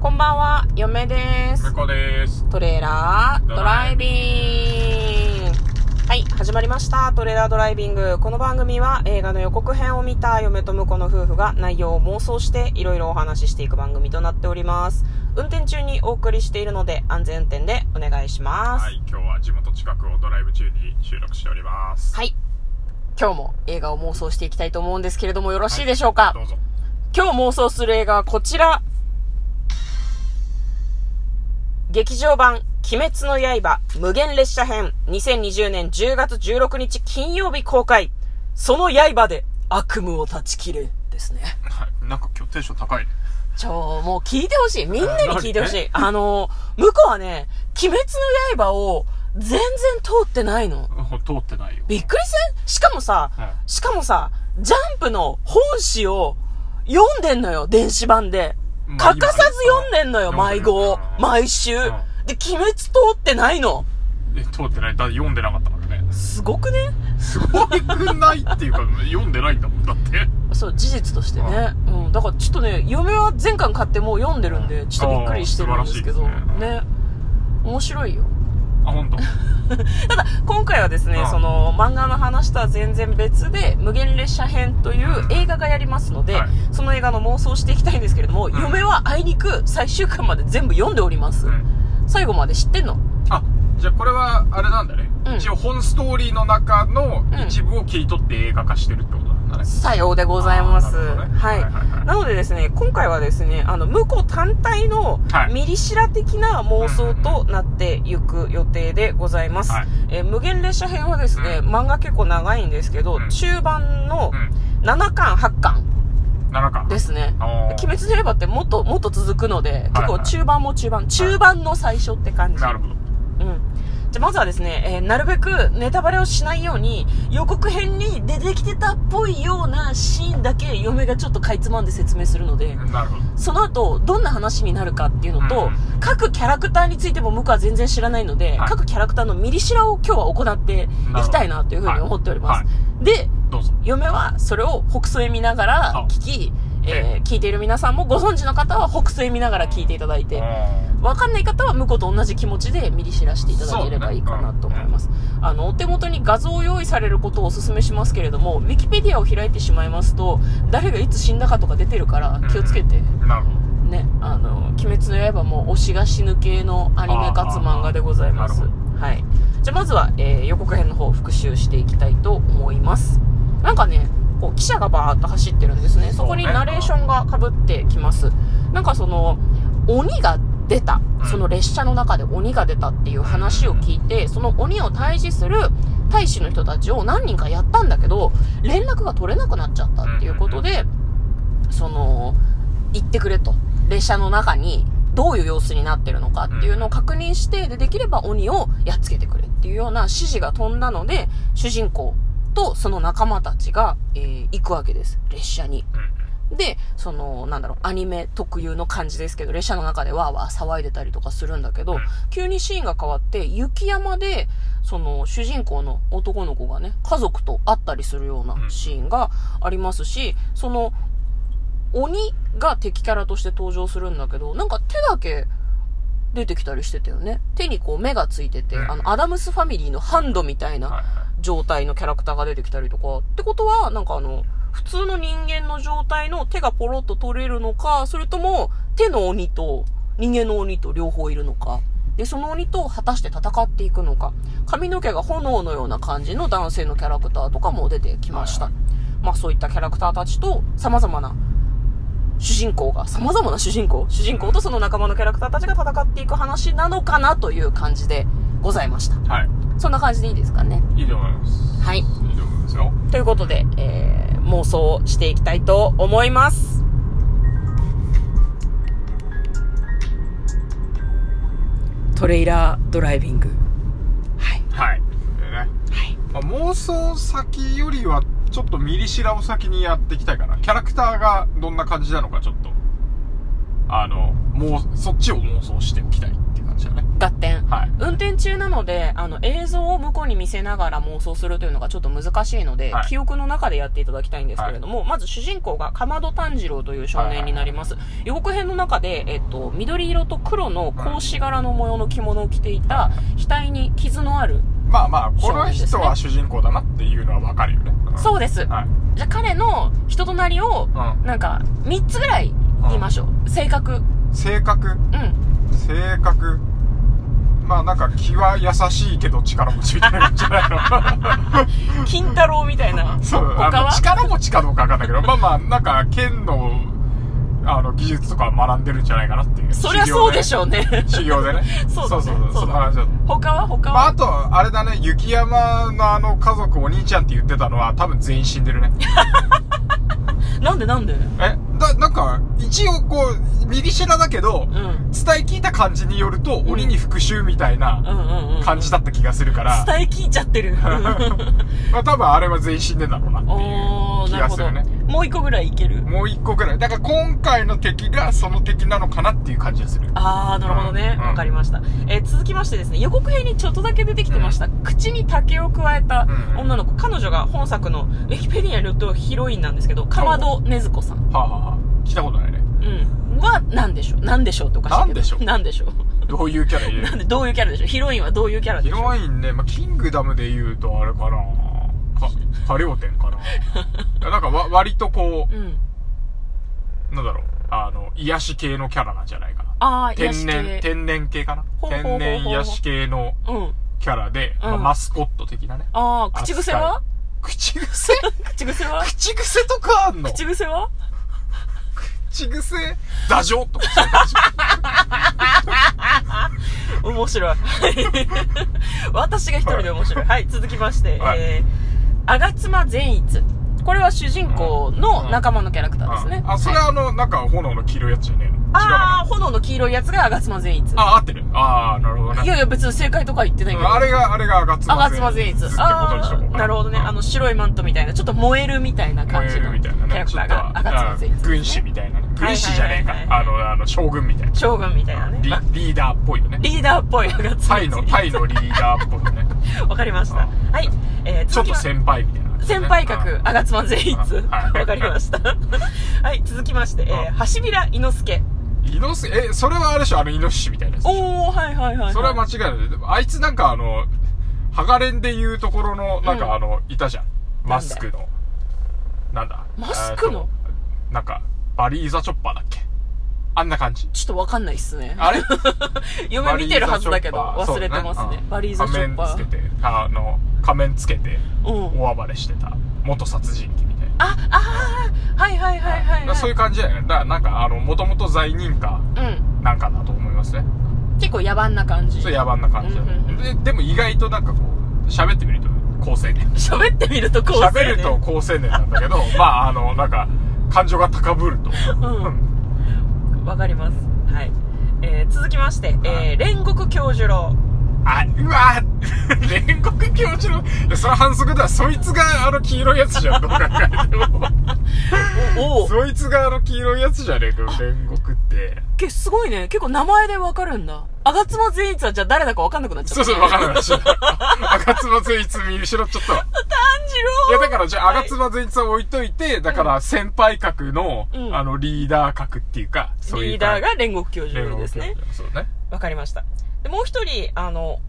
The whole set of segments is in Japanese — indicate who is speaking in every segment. Speaker 1: こんばんは、嫁です。
Speaker 2: こです
Speaker 1: トレーラードライビング。はい、始まりました。トレーラードライビング。この番組は映画の予告編を見た嫁と婿の夫婦が内容を妄想していろいろお話ししていく番組となっております。運転中にお送りしているので安全運転でお願いします。
Speaker 2: は
Speaker 1: はい。
Speaker 2: い今日は地元近くをドライブ中に収録しておりますい
Speaker 1: 今日も映画を妄想していきたいと思うんですけれどもよろしいでしょうか、
Speaker 2: どうぞ
Speaker 1: 今日妄想する映画はこちら。劇場版、鬼滅の刃、無限列車編、2020年10月16日金曜日公開。その刃で悪夢を断ち切れ。ですね。
Speaker 2: はいなんか今日テンション高いね
Speaker 1: ちょ、もう聞いてほしい。みんなに聞いてほし
Speaker 2: あ
Speaker 1: い。あの、向こうはね、鬼滅の刃を全然通ってないの。
Speaker 2: うん通ってないよ
Speaker 1: びっくりせんしかもさ、
Speaker 2: はい
Speaker 1: しかもさ、ジャンプの本誌を読んでんのよ、電子版で。
Speaker 2: まあ
Speaker 1: 欠かさず読んでんのよ、
Speaker 2: 今ね
Speaker 1: 毎号
Speaker 2: う。ん
Speaker 1: 毎週
Speaker 2: ん。
Speaker 1: で、鬼滅通ってないの。
Speaker 2: え通ってないだって読んでなかったからね
Speaker 1: すごくね
Speaker 2: すごくないっていうか読んでないんだもんだって
Speaker 1: そう、事実としてね。うん。だからちょっとね、嫁は全巻買ってもう読んでるんで、ちょっとびっくりしてるんですけど。
Speaker 2: あー素晴らしいです
Speaker 1: ね。面白いよ。
Speaker 2: あ本当。
Speaker 1: ただ、今回はですね、
Speaker 2: うん
Speaker 1: その、漫画の話とは全然別で、無限列車編という映画がやりますので、
Speaker 2: はい
Speaker 1: その映画の妄想をしていきたいんですけれども、
Speaker 2: ん
Speaker 1: 嫁はあいにく最終巻まで全部読んでおります。
Speaker 2: うん
Speaker 1: 最後まで知ってんの
Speaker 2: あじゃあこれはあれなんだね、
Speaker 1: うん
Speaker 2: 一応本ストーリーの中の一部を切り取って映画化してるってことなんだね、
Speaker 1: さようでございます。
Speaker 2: あーなるほどね
Speaker 1: はい、
Speaker 2: はいはいはい
Speaker 1: なのでですね、今回はですね、あの、向こう単体の
Speaker 2: はい
Speaker 1: ミリシラ的な妄想となっていく予定でございます。
Speaker 2: はい
Speaker 1: えー無限列車編はですね、
Speaker 2: うん
Speaker 1: 漫画結構長いんですけど、
Speaker 2: うん
Speaker 1: 中盤の
Speaker 2: う
Speaker 1: 7巻、8巻
Speaker 2: ん7巻
Speaker 1: ですね。
Speaker 2: あー
Speaker 1: 鬼滅の刃ってもっともっと続くので、結構中盤も中盤、中盤の最初って感じ。
Speaker 2: なるほど
Speaker 1: うん。じゃあまずはですね、えーなるべくネタバレをしないように、予告編に出てきてたっぽいようなシーンだけ嫁がちょっとかいつまんで説明するので、
Speaker 2: なるほど
Speaker 1: その後、どんな話になるかっていうのと、各キャラクターについても僕は全然知らないので、
Speaker 2: はい
Speaker 1: 各キャラクターのミリシラを今日は行っていきたいなというふうに思っております。
Speaker 2: は
Speaker 1: で、
Speaker 2: どうぞ
Speaker 1: 嫁はそれを北総へ見ながら聞き、えー聞いている皆さんもご存知の方は北総へ見ながら聞いていただいて、
Speaker 2: うん
Speaker 1: わかんない方は向こうと同じ気持ちで見り知らしていただければいいかなと思います。あの、お手元に画像を用意されることをお勧めしますけれども、ウィキペディアを開いてしまいますと、誰がいつ死んだかとか出てるから気をつけて、
Speaker 2: なるほど
Speaker 1: ね、あの、鬼滅の刃も推しが死ぬ系のアニメかつ漫画でございます。
Speaker 2: あーな
Speaker 1: はい。じゃあまずは、えー予告編の方を復習していきたいと思います。なんかね、こう、記者がバーッと走ってるんですね。そこに
Speaker 2: そうね
Speaker 1: ナレーションが被ってきます。なんかその、鬼が出た
Speaker 2: うん。
Speaker 1: その列車の中で鬼が出たっていう話を聞いて、その鬼を退治する大使の人たちを何人かやったんだけど、連絡が取れなくなっちゃったっていうことで、その、行ってくれと。列車の中にどういう様子になってるのかっていうのを確認して、で、できれば鬼をやっつけてくれっていうような指示が飛んだので、主人公とその仲間たちが、えー行くわけです。列車に。で、その、なんだろう、アニメ特有の感じですけど、列車の中でわーわー騒いでたりとかするんだけど、
Speaker 2: うん
Speaker 1: 急にシーンが変わって、雪山で、その、主人公の男の子がね、家族と会ったりするようなシーンがありますし、その、鬼が敵キャラとして登場するんだけど、なんか手だけ出てきたりしてたよね。手にこう目がついてて、
Speaker 2: うん
Speaker 1: あの、アダムスファミリーのハンドみたいな、
Speaker 2: はいはい
Speaker 1: 状態のキャラクターが出てきたりとか、ってことは、なんかあの、普通の人間の状態の手がポロッと取れるのか、それとも手の鬼と人間の鬼と両方いるのか。で、その鬼と果たして戦っていくのか。髪の毛が炎のような感じの男性のキャラクターとかも出てきました。
Speaker 2: は
Speaker 1: まあそういったキャラクターたちと様々な主人公が、様々な主人公、主人公とその仲間のキャラクターたちが戦っていく話なのかなという感じでございました。
Speaker 2: はい
Speaker 1: そんな感じでいいですかね。
Speaker 2: いいと思います。
Speaker 1: はい
Speaker 2: いいと思いますよ。
Speaker 1: ということで、えー妄想をしていきたいと思います。トレイラードライビング。はい。
Speaker 2: はい。でね。
Speaker 1: はい。
Speaker 2: まあ、妄想先よりは、ちょっとミリシラを先にやっていきたいかな。キャラクターがどんな感じなのか、ちょっと、あの、もう、そっちを妄想しておきたいっていうか感じだね。
Speaker 1: 合点
Speaker 2: はい。
Speaker 1: 運転中なのであの映像を向こうに見せながら妄想するというのがちょっと難しいので、
Speaker 2: はい
Speaker 1: 記憶の中でやっていただきたいんですけれども、まず主人公がかまど炭治郎という少年になります、予告編の中で、えっと、緑色と黒の格子柄の模様の着物を着ていた額に傷のある
Speaker 2: まあまあ、こ
Speaker 1: そ
Speaker 2: の
Speaker 1: うです
Speaker 2: 人
Speaker 1: ね
Speaker 2: は主人公だなっていうのはわかるよね。うん
Speaker 1: そうです
Speaker 2: はい。
Speaker 1: じゃあ彼の人となりを
Speaker 2: う
Speaker 1: なんか3つぐらい言いましょう性格
Speaker 2: ん。性格、
Speaker 1: うん
Speaker 2: 性格。まあなんか気は優しいけど力持ちみたいな感じじゃないの
Speaker 1: 金太郎みたいな
Speaker 2: そう、
Speaker 1: 他
Speaker 2: あの、
Speaker 1: は
Speaker 2: 力持ちかどうかわかんないけど、まあまあ、なんか剣の、あの、技術とか学んでるんじゃないかなっていう。
Speaker 1: そりゃそうでし
Speaker 2: ょ。
Speaker 1: ょう ね
Speaker 2: 修行でね。
Speaker 1: そうだね
Speaker 2: そうそうそう。
Speaker 1: そ
Speaker 2: そん
Speaker 1: うだね
Speaker 2: な話だと。
Speaker 1: 他は他
Speaker 2: まあ、
Speaker 1: は
Speaker 2: あと、あれだね、雪山のあの家族お兄ちゃんって言ってたのは多分全員死んでるね。
Speaker 1: なんでなんで
Speaker 2: えだ、なんか、一応こう、ミリシェラだけど、
Speaker 1: うん
Speaker 2: 伝え聞いた感じによると、
Speaker 1: ん
Speaker 2: 鬼に復讐みたい
Speaker 1: うんう
Speaker 2: なん
Speaker 1: うん
Speaker 2: 感じだった気がするから、
Speaker 1: 伝え聞いちゃってる
Speaker 2: まあ多分あれは全員死んでんだろうなって
Speaker 1: お
Speaker 2: い
Speaker 1: ー
Speaker 2: う気
Speaker 1: なる
Speaker 2: が
Speaker 1: ほ
Speaker 2: す
Speaker 1: ど
Speaker 2: るね。
Speaker 1: もう一個ぐらいいける
Speaker 2: もう一個くらい。だから今回の敵がその敵なのかなっていう感じがする。
Speaker 1: ああなるほどね
Speaker 2: うん
Speaker 1: わ、かりました、えー続きましてですね予告編にちょっとだけ出てきてました、口に竹を加えた
Speaker 2: うん
Speaker 1: 女の子彼女が本作のウィキペディアによるとヒロインなんですけどかまどねずこさん、
Speaker 2: はあ、はあはあ、聞いたことないね。
Speaker 1: うん、は何でしょう何でしょうっておかしいけど
Speaker 2: なんでしょう
Speaker 1: なんでしょう
Speaker 2: どういうキャラ入れ
Speaker 1: なん
Speaker 2: る
Speaker 1: でどういうキャラでしょうヒロインはどういうキャラで
Speaker 2: ヒ
Speaker 1: しょう
Speaker 2: ロインね、まあ、キングダムで言うとあれかなか、カリオテン かないやなんかわ割とこ
Speaker 1: うん
Speaker 2: う、なんだろう、あの、癒し系のキャラなんじゃないかな。
Speaker 1: ああ
Speaker 2: 天然、天然系かな
Speaker 1: ほうほうほうほう
Speaker 2: 天然癒し系の
Speaker 1: うん
Speaker 2: キャラで、まあ
Speaker 1: うん
Speaker 2: マスコット的なね。
Speaker 1: ああ口癖は
Speaker 2: 口癖
Speaker 1: 口癖は
Speaker 2: 口癖とかあんの
Speaker 1: 口癖は
Speaker 2: 口癖ダジョとかそういう感じ
Speaker 1: 面白い。 私が一人で面白い。はい、続きまして、
Speaker 2: はい
Speaker 1: えー、吾妻善逸。これは主人公の仲間のキャラクターですね。
Speaker 2: ああ、それ
Speaker 1: はい
Speaker 2: はあの、なんか炎の黄色いやつじゃねえの違うの
Speaker 1: あ
Speaker 2: か
Speaker 1: ー、炎の黄色いやつが吾妻善逸。
Speaker 2: あ、合ってる。ああ、なるほどね
Speaker 1: い。やいや、別に正解とか言ってないけ
Speaker 2: う
Speaker 1: ど。
Speaker 2: んあれが、あれが吾妻
Speaker 1: 吾妻善逸
Speaker 2: ってこ。とにし
Speaker 1: あ
Speaker 2: とこうか
Speaker 1: ー、なるほどね。あの、白いマントみたいな、ちょっと燃えるみたいな感
Speaker 2: 燃え
Speaker 1: じ
Speaker 2: る
Speaker 1: の
Speaker 2: み
Speaker 1: キ
Speaker 2: たいな
Speaker 1: ャ
Speaker 2: ね。
Speaker 1: ラクターが吾妻
Speaker 2: ち
Speaker 1: 善
Speaker 2: ょっ
Speaker 1: 逸。
Speaker 2: と軍師みたいなね。軍師じゃねえ
Speaker 1: はいはい
Speaker 2: か。
Speaker 1: は
Speaker 2: あ
Speaker 1: い
Speaker 2: の、あの、将軍みたいな。
Speaker 1: 将軍みたいなね。
Speaker 2: リ
Speaker 1: まあ
Speaker 2: リーダーっぽいよね。
Speaker 1: リーダーっぽい吾
Speaker 2: タ
Speaker 1: 妻
Speaker 2: イ
Speaker 1: 善
Speaker 2: の、
Speaker 1: 逸。
Speaker 2: タイのリーダーっぽいね。
Speaker 1: わかりました。
Speaker 2: うん
Speaker 1: はい。えー、
Speaker 2: ちょ
Speaker 1: 続き
Speaker 2: っと
Speaker 1: ま
Speaker 2: 先輩みたいな、
Speaker 1: 先輩格、あがつま善逸。
Speaker 2: は
Speaker 1: わ
Speaker 2: い
Speaker 1: かりました。 はい、続きまして、え
Speaker 2: う
Speaker 1: ー、
Speaker 2: ん
Speaker 1: はしびら猪之助。
Speaker 2: イノス、え、それはあれでしょあの、イノシシみたいなやつでしょ。
Speaker 1: おー、はいはいはい。
Speaker 2: それは間
Speaker 1: ま、
Speaker 2: 違いない。でもあいつなんかあの、ハガレンで言うところの、なん
Speaker 1: うん
Speaker 2: かあの、いたじゃん。マスクの。なんだ
Speaker 1: マスクの
Speaker 2: えーとなんか、バリーザチョッパーだっけあんな 感じ。
Speaker 1: ちょっとわかんないっすね。
Speaker 2: あれ
Speaker 1: 嫁見てるはずだけど、忘れてますね。バリーザチョッパ
Speaker 2: 仮面
Speaker 1: ー。
Speaker 2: つけて、あの、仮面つけて、
Speaker 1: うん。
Speaker 2: 大暴れしてた、元殺人鬼みたいな。
Speaker 1: あ、あー、はいはいはいはいはい。
Speaker 2: だからそういう感じだよね。だからなんか、あの、もともと罪人か、
Speaker 1: うん。
Speaker 2: なんかだと思いますね。
Speaker 1: 結構野蛮な感じ。
Speaker 2: そう野蛮な感じだね、
Speaker 1: うんうん
Speaker 2: ででも意外となんかこう喋ってみると高青年
Speaker 1: 喋ってみるとこう、
Speaker 2: 喋ると。高青年なんだ けどまああのなんか感情が高ぶると、
Speaker 1: んわかります。はい。えー、続きまして、えー、煉獄教授郎。
Speaker 2: あうわ 煉獄教授のいやそれは反則だそいつがあの黄色いやつじゃんどう考えて も
Speaker 1: おー。
Speaker 2: そいつがあの黄色いやつじゃねえか煉獄って
Speaker 1: けすごいね。結構名前でわかるんだ。あがつま善逸はじゃあ誰だかわかんなくなっちゃった。
Speaker 2: そうそう分からないし赤妻善逸見失っちゃった わ
Speaker 1: 炭治郎
Speaker 2: いやだからじゃあ
Speaker 1: はい
Speaker 2: 赤妻善逸は置いといてだから先輩格の、
Speaker 1: うん
Speaker 2: あのリーダー格っていうかそういう
Speaker 1: リーダー
Speaker 2: 感じ
Speaker 1: が煉獄教授ですね。
Speaker 2: そうね。
Speaker 1: わかりました。で、もう一人、あの、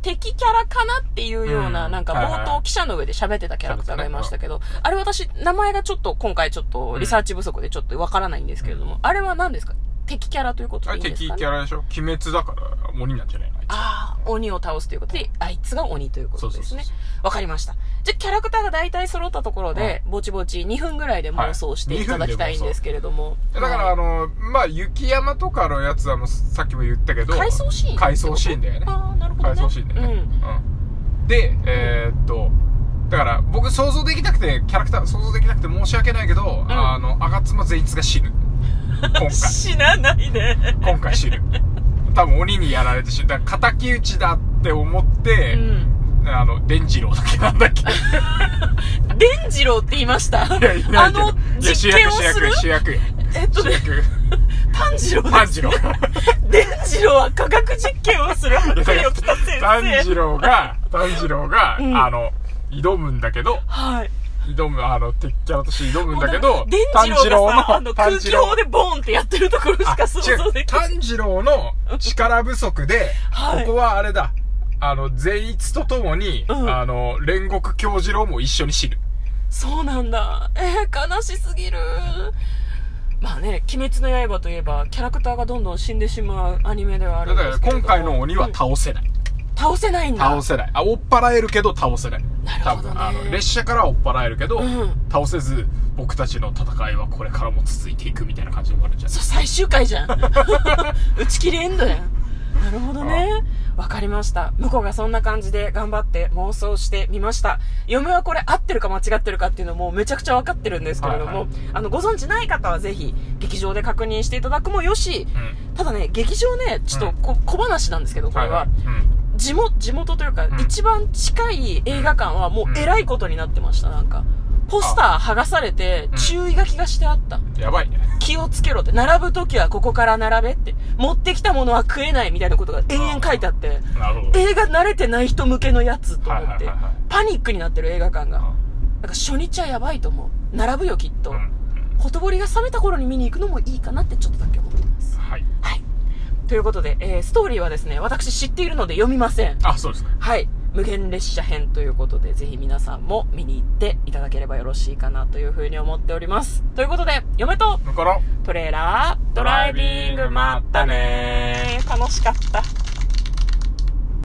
Speaker 1: 敵キャラかなっていうような、
Speaker 2: うん
Speaker 1: なんか
Speaker 2: はいはい
Speaker 1: 冒頭記者の上で喋ってたキャラクターがいましたけど、あれ私、名前がちょっと、今回ちょっと、リサーチ不足でちょっとわからないんですけれども、あれは何ですか敵キャラということ
Speaker 2: あ
Speaker 1: でい
Speaker 2: れ
Speaker 1: いんです
Speaker 2: 敵
Speaker 1: か、ね、
Speaker 2: キャラでしょ鬼滅だから鬼なんじゃないのあいつ
Speaker 1: ああ、鬼を倒すということで、あいつが鬼ということです
Speaker 2: そうそうそ
Speaker 1: ね
Speaker 2: うそ。
Speaker 1: わかりました。じゃあ、キャラクターが大体揃ったところで、ぼちぼち2分ぐらいで妄想していただきたいんですけれども。
Speaker 2: だから、あ
Speaker 1: はい、
Speaker 2: の、まあ、雪山とかのやつはもうさっきも言ったけど、
Speaker 1: 回想シーン
Speaker 2: 回想シーンだよね。
Speaker 1: ああ、なるほど、ね。
Speaker 2: 回想シーンだよね。
Speaker 1: うん。
Speaker 2: うんで、えーっと、だから僕想像できなくて、キャラクター想像できなくて申し訳ないけど、あの、吾妻善逸が死ぬ。 今回。
Speaker 1: 死なないで。
Speaker 2: 今回死ぬ。多分鬼にやられて死ぬ。だから敵討ちだって思って
Speaker 1: う、ん。
Speaker 2: あの、伝次郎だっけなんだっ け
Speaker 1: 伝次郎って言いました。
Speaker 2: いや、いないけど。
Speaker 1: あの、
Speaker 2: いや
Speaker 1: 実験をする
Speaker 2: 主役、主役、主役。
Speaker 1: えっと
Speaker 2: 主
Speaker 1: ね、
Speaker 2: 役。
Speaker 1: 炭次郎です
Speaker 2: 炭治郎が
Speaker 1: 伝次郎は科学実験を する迫力と先
Speaker 2: 炭治
Speaker 1: 生
Speaker 2: 郎が炭治郎が、
Speaker 1: うん
Speaker 2: あの挑むんだけど
Speaker 1: はい
Speaker 2: 挑むあの鉄キャラとして挑むんだけど
Speaker 1: 伝次郎がさあの空気砲でボーンってやってるところしか想
Speaker 2: あ違
Speaker 1: 像
Speaker 2: う
Speaker 1: できない
Speaker 2: 炭治郎の力不足で、
Speaker 1: はい
Speaker 2: ここはあれだあの善逸とともに、
Speaker 1: うん
Speaker 2: あの煉獄京次郎も一緒に死ぬ
Speaker 1: そうなんだえー、悲しすぎるまあね「鬼滅の刃」といえばキャラクターがどんどん死んでしまうアニメではある
Speaker 2: だ
Speaker 1: ん
Speaker 2: か
Speaker 1: で
Speaker 2: ら
Speaker 1: すけれど
Speaker 2: 今
Speaker 1: も
Speaker 2: 回の鬼は
Speaker 1: うん
Speaker 2: 倒せない、
Speaker 1: 倒せないんだ
Speaker 2: 倒せないあ追っ払えるけど倒せない
Speaker 1: なるほどね
Speaker 2: 多分あの列車からは追っ払えるけど、
Speaker 1: うん
Speaker 2: 倒せず僕たちの戦いはこれからも続いていくみたいな感じになるんじゃない
Speaker 1: そう最終回 じゃん打ち切りエンドやんなるほどねわかりました向こうがそんな感じで頑張って妄想してみました嫁はこれ合ってるか間違ってるかっていうのもめちゃくちゃわかってるんですけれども、
Speaker 2: はいは
Speaker 1: あのご存知ない方はぜひ劇場で確認していただくもよしただね劇場ねちょっとこ小話なんですけどこれは、
Speaker 2: うん
Speaker 1: 地元地元というか、
Speaker 2: うん
Speaker 1: 一番近い映画館はもうえらいことになってましたなんかポスター剥がされて
Speaker 2: うん
Speaker 1: 注意書きがしてあった、
Speaker 2: やばいね
Speaker 1: 気をつけろって、並ぶ時はここから並べって、持ってきたものは食えないみたいなことが延々書いてあって、
Speaker 2: なるほど
Speaker 1: 映画慣れてない人向けのやつと思って
Speaker 2: はいはいはいはい、
Speaker 1: パニックになってる映画館が。
Speaker 2: あ
Speaker 1: なんか初日はやばいと思う。並ぶよきっと
Speaker 2: うんう。ん
Speaker 1: ほとぼりが冷めた頃に見に行くのもいいかなってちょっとだけ思ってます。
Speaker 2: はい
Speaker 1: はい。ということで、えーストーリーはですね、私知っているので読みません。
Speaker 2: あそうですか
Speaker 1: はい。無限列車編ということで、ぜひ皆さんも見に行っていただければよろしいかなというふうに思っております。ということで、嫁と
Speaker 2: 向こうの
Speaker 1: トレーラードライビングまったねー楽しかった